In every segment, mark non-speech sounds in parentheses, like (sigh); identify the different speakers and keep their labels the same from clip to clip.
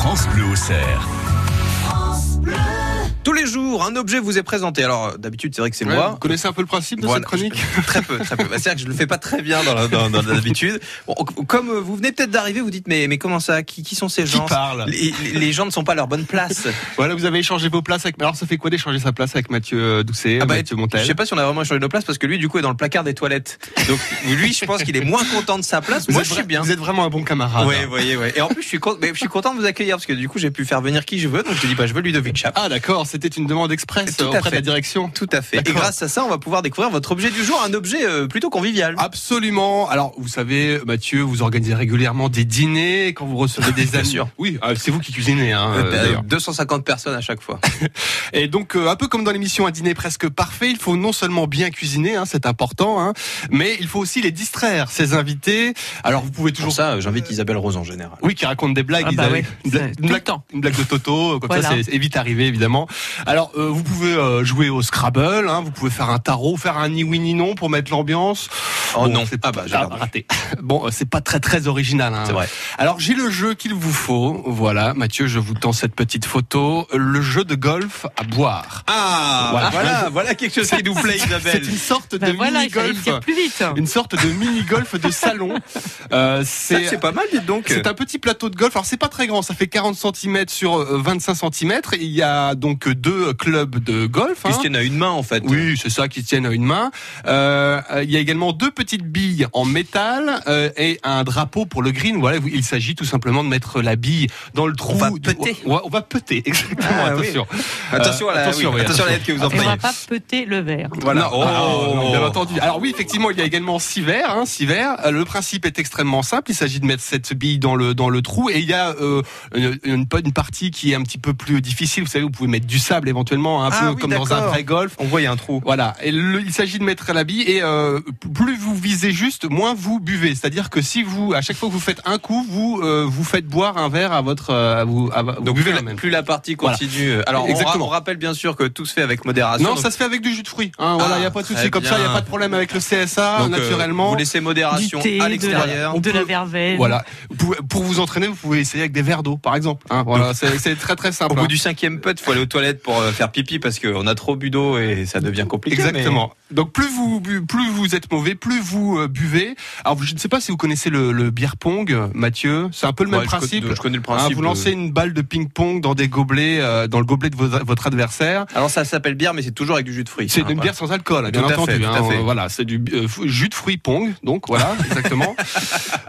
Speaker 1: France Bleu Auxerre.
Speaker 2: Tous les jours, un objet vous est présenté. Alors, d'habitude, c'est vrai que c'est
Speaker 3: Ouais,
Speaker 2: moi.
Speaker 3: vous connaissez un peu le principe de
Speaker 2: Voilà.
Speaker 3: cette chronique
Speaker 2: Très peu, très peu. Bah, C'est vrai que je le fais pas très bien dans la- dans- dans l'habitude. Bon, comme euh, vous venez peut-être d'arriver, vous dites mais mais comment ça Qui, qui sont ces gens
Speaker 3: parle
Speaker 2: les, les- les gens ne sont pas à leur bonne
Speaker 3: (laughs)
Speaker 2: place.
Speaker 3: Voilà, vous avez échangé vos places avec. Alors, ça fait quoi d'échanger sa place avec Mathieu euh, Doucet,
Speaker 2: Ah bah,
Speaker 3: Mathieu
Speaker 2: Je
Speaker 3: Montel
Speaker 2: sais pas si on a vraiment échangé nos places parce que lui, du coup, est dans le placard des toilettes. Donc lui, je pense qu'il est moins content de sa place.
Speaker 3: Vous
Speaker 2: Moi,
Speaker 3: êtes
Speaker 2: je
Speaker 3: vra-
Speaker 2: suis bien.
Speaker 3: Vous êtes vraiment un bon camarade. hein.
Speaker 2: Ouais, voyez, ouais. Et en plus, je suis, con- mais je suis content de vous accueillir parce que du coup, j'ai pu faire venir qui je veux. Donc, je dis, bah, je veux Ludovic Chap.
Speaker 3: Ah, d'accord, c'était une demande express
Speaker 2: Tout à
Speaker 3: auprès
Speaker 2: fait.
Speaker 3: de la direction.
Speaker 2: Tout à fait. Et
Speaker 3: D'accord.
Speaker 2: grâce à ça, on va pouvoir découvrir votre objet du jour, un objet euh, plutôt convivial.
Speaker 3: Absolument. Alors, vous savez, Mathieu, vous organisez régulièrement des dîners quand vous
Speaker 2: (laughs)
Speaker 3: recevez des
Speaker 2: Bien
Speaker 3: amis.
Speaker 2: sûr.
Speaker 3: Oui, ah, c'est vous qui cuisinez, hein,
Speaker 2: Euh,
Speaker 3: euh, d'ailleurs.
Speaker 2: 250 personnes à chaque fois.
Speaker 3: Et donc, euh, un peu comme dans l'émission Un dîner presque parfait, il faut non seulement bien cuisiner, hein, c'est important, hein, mais il faut aussi les distraire, ses invités. Alors, vous pouvez toujours
Speaker 2: Pour ça, euh, j'invite Isabelle Rose en général.
Speaker 3: Oui, qui raconte des blagues.
Speaker 4: Ah
Speaker 3: ils
Speaker 4: bah
Speaker 3: avaient-
Speaker 4: ouais,
Speaker 3: une, blague,
Speaker 4: c'est
Speaker 3: une
Speaker 4: tout
Speaker 3: blague-
Speaker 4: le temps.
Speaker 3: une blague de Toto, comme ça
Speaker 4: Voilà.
Speaker 3: c'est évite arrivé évidemment. Alors euh, vous pouvez euh, jouer au Scrabble, hein, vous pouvez faire un tarot, faire un ni oui ni non pour mettre l'ambiance.
Speaker 2: Oh
Speaker 3: Bon,
Speaker 2: non.
Speaker 3: c'est
Speaker 2: Ah bah, j'ai
Speaker 3: ah,
Speaker 2: perdu.
Speaker 3: raté. (laughs) Bon, euh, c'est pas très très original. hein.
Speaker 2: C'est vrai.
Speaker 3: Alors j'ai le jeu qu'il vous faut. Voilà, Mathieu, je vous tends cette petite photo. Le jeu de golf à boire.
Speaker 2: Ah,
Speaker 3: Voilà.
Speaker 2: voilà, voilà quelque chose qui nous plaît, Isabelle.
Speaker 3: C'est une sorte de
Speaker 4: Ben voilà, il fallait le
Speaker 3: mini-golf.
Speaker 4: dire plus vite.
Speaker 3: Une sorte de mini-golf de
Speaker 4: (laughs)
Speaker 3: salon. Euh,
Speaker 2: Ça, C'est pas mal, dites donc.
Speaker 3: C'est un petit plateau de golf. Alors c'est pas très grand, ça fait 40 cm sur euh, 25 cm. Il y a donc deux clubs de golf. hein.
Speaker 2: Puisqu'il y en a une main, en fait. Euh,
Speaker 3: Oui, c'est ça qui se tiennent à une main. Euh, euh, il y a également deux petites billes en métal euh, et un drapeau pour le green. Voilà, il s'agit tout simplement de mettre la bille dans le trou.
Speaker 2: va
Speaker 3: du-
Speaker 2: péter.
Speaker 3: Ouais, on va péter, (laughs) exactement.
Speaker 2: Ah, oui.
Speaker 3: attention.
Speaker 2: Attention à la,
Speaker 3: Euh, attention,
Speaker 2: oui,
Speaker 3: oui,
Speaker 2: attention à la lettre que vous en
Speaker 4: Et on
Speaker 2: prenez.
Speaker 4: va pas péter le verre.
Speaker 2: Voilà.
Speaker 3: Non,
Speaker 2: Oh.
Speaker 3: Ah, non, bien entendu. Alors oui, effectivement, il y a également six verres. Hein, six verres. Euh, Le principe est extrêmement simple. Il s'agit de mettre cette bille dans le dans le trou et il y a euh, une, une, une partie qui est un petit peu plus difficile. Vous savez, vous pouvez mettre du sable éventuellement, un
Speaker 2: Ah
Speaker 3: peu
Speaker 2: oui,
Speaker 3: comme dans un
Speaker 2: d'accord.
Speaker 3: vrai golf.
Speaker 2: On voit, il y a un trou.
Speaker 3: Voilà, et le- il s'agit de mettre la bille et euh, plus vous visez juste, moins vous buvez. C'est-à-dire que si vous, à chaque fois que vous faites un coup, vous euh, vous faites boire un verre à votre, euh, à vous, à, vous
Speaker 2: Donc
Speaker 3: buvez
Speaker 2: plus
Speaker 3: la
Speaker 2: la,
Speaker 3: même.
Speaker 2: plus la partie continue. Alors on, ra-
Speaker 3: Exactement.
Speaker 2: on rappelle bien sûr que tout se fait avec modération.
Speaker 3: Non,
Speaker 2: Donc,
Speaker 3: ça se fait avec du jus de fruits. Hein, voilà, il y a pas de
Speaker 2: Ah, très
Speaker 3: souci comme ça, il y a
Speaker 2: bien.
Speaker 3: pas de problème avec le CSA
Speaker 2: donc, euh,
Speaker 3: naturellement.
Speaker 2: vous laissez modération
Speaker 4: Du
Speaker 2: à
Speaker 4: thé, de la,
Speaker 2: l'extérieur.
Speaker 4: de la
Speaker 3: peut-
Speaker 4: verveine.
Speaker 3: Voilà. Vous pouvez- pour vous entraîner, vous pouvez essayer avec des verres d'eau, par exemple. hein. voilà, c'est c'est très très
Speaker 2: Au
Speaker 3: simple.
Speaker 2: bout
Speaker 3: hein.
Speaker 2: du cinquième putt, faut aller aux toilettes pour euh, faire pipi parce qu'on a trop bu d'eau et ça devient compliqué. mais-
Speaker 3: Exactement. Donc plus vous bu- plus vous êtes mauvais, plus vous euh, buvez. Alors je ne sais pas si vous connaissez le, le beer pong, euh, Mathieu. C'est un peu le
Speaker 2: Ouais,
Speaker 3: même
Speaker 2: je co-
Speaker 3: principe.
Speaker 2: de- Je connais le
Speaker 3: hein.
Speaker 2: principe. euh.
Speaker 3: vous
Speaker 2: de-
Speaker 3: lancez une balle de ping-pong dans des gobelets, euh, dans le gobelet de vos- votre adversaire.
Speaker 2: Alors ça s'appelle bière, mais c'est toujours avec du jus de fruits.
Speaker 3: C'est
Speaker 2: hein,
Speaker 3: une
Speaker 2: voilà.
Speaker 3: bière sans alcool, bien
Speaker 2: Tout à fait,
Speaker 3: entendu.
Speaker 2: tout à
Speaker 3: hein.
Speaker 2: fait.
Speaker 3: Voilà, c'est du euh, f- jus de fruits pong, donc
Speaker 2: (laughs)
Speaker 3: voilà, exactement.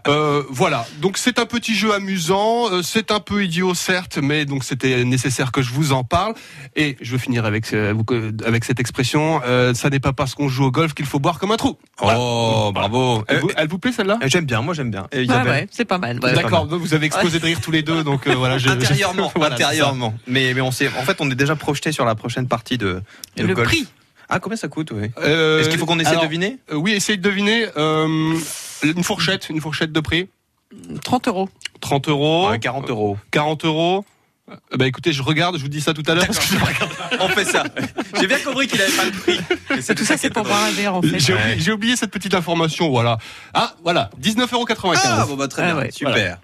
Speaker 3: Euh, voilà, donc c'est un petit jeu amusant, euh, c'est un peu idiot certes, mais donc c'était nécessaire que je vous en parle. Et je veux finir avec ce- vous- que- avec cette expression euh, ça n'est pas parce qu'on joue au golf qu'il faut boire comme un trou. Voilà.
Speaker 2: Oh, bravo.
Speaker 3: Elle,
Speaker 2: Euh,
Speaker 3: vous, elle vous plaît celle-là
Speaker 2: euh, J'aime bien, moi j'aime bien. Et
Speaker 4: Ouais,
Speaker 2: Isabelle
Speaker 4: ouais, c'est pas mal.
Speaker 2: Ouais, pas
Speaker 3: D'accord, donc vous avez explosé de rire tous les deux, donc euh, voilà. je- je-
Speaker 2: (laughs) Intérieurement,
Speaker 3: (laughs) voilà, c'est ça.
Speaker 2: intérieurement. Mais, mais on sait, en fait, on est déjà projeté sur la prochaine partie de, de
Speaker 4: Le
Speaker 2: golf.
Speaker 4: prix.
Speaker 2: Ah, combien ça coûte oui.
Speaker 3: Euh,
Speaker 2: Est-ce qu'il faut qu'on essaie
Speaker 3: alors,
Speaker 2: de deviner
Speaker 3: euh, Oui, essayez de deviner euh, une fourchette, une fourchette de prix.
Speaker 4: 30 euros.
Speaker 3: 30 euros.
Speaker 2: Ouais, 40 euros.
Speaker 3: 40 euros. Euh, Bah écoutez, je regarde, je vous dis ça tout à l'heure. parce que j'ai pas regardé.
Speaker 2: on fait ça. (laughs) J'ai bien compris qu'il avait pas le (laughs) prix. Mais c'est
Speaker 4: Tout ça, c'est pour boire un verre, en fait.
Speaker 3: J'ai
Speaker 2: Ouais.
Speaker 3: oublié, j'ai oublié cette petite information, voilà. Ah, voilà, 19,95 euros.
Speaker 2: Ah, bon, bah, très
Speaker 4: Ah
Speaker 2: bien.
Speaker 4: ouais.
Speaker 2: Super.